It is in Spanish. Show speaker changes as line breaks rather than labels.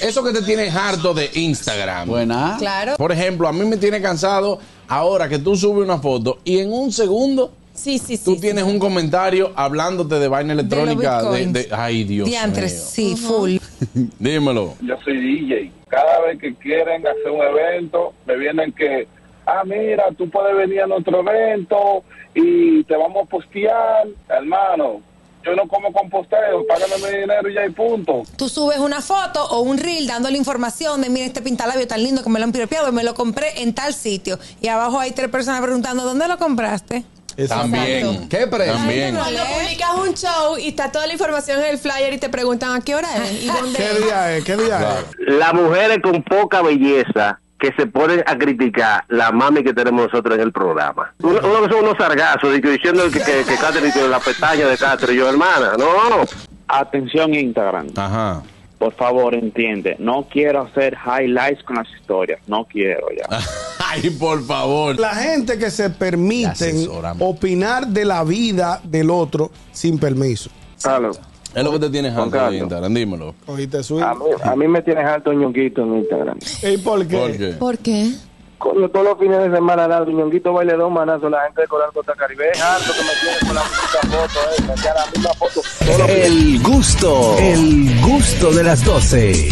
eso que te tiene harto de Instagram.
Buena.
Claro.
Por ejemplo, a mí me tiene cansado ahora que tú subes una foto y en un segundo
Sí, sí, sí.
tú
sí.
tienes un comentario hablándote de vaina electrónica. De,
bitcoins.
de- ay, Dios
Diantres,
mío.
sí, full.
Dímelo.
Yo soy DJ. Cada vez que quieren hacer un evento, me vienen que, ah, mira, tú puedes venir a nuestro evento y te vamos a postear. Hermano, yo no como con posteo, págame mi dinero y ya y punto.
Tú subes una foto o un reel dándole información de, mira, este pintalabio tan lindo que me lo han piropeado y me lo compré en tal sitio. Y abajo hay tres personas preguntando, ¿dónde lo compraste?
También.
¿Qué precio?
También.
Cuando publicas un show y está toda la información en el flyer y te preguntan a qué hora es y dónde
¿Qué
es.
día es? ¿Qué día
Claro.
Las mujeres con poca belleza que se ponen a criticar la mami que tenemos nosotros en el programa. Uno, uno que son unos sargazos de que diciendo que, que, que Catherine tiene la pestaña de Catherine. Yo, hermana, no.
Atención Instagram,
Ajá.
por favor entiende, no quiero hacer highlights con las historias, no quiero ya.
Ay, por favor.
es? La gente que se
La
permiten
asesora.
opinar de la vida del otro sin permiso.
Claro.
Es lo que te tienes
Juan
harto de
Carlos.
Instagram. Dímelo.
Oíste, Sui.
A mí, a mí me tienes alto ñonguito en Instagram.
¿Y por qué?
¿Por qué?
¿Por qué?
Coño, todos los fines de semana dado ñonguito baile dos manazos, la gente de Coral Costa Caribe. Es harto que me tiene con la misma foto, eh, me queda la misma foto.
El gusto, el gusto de las 12.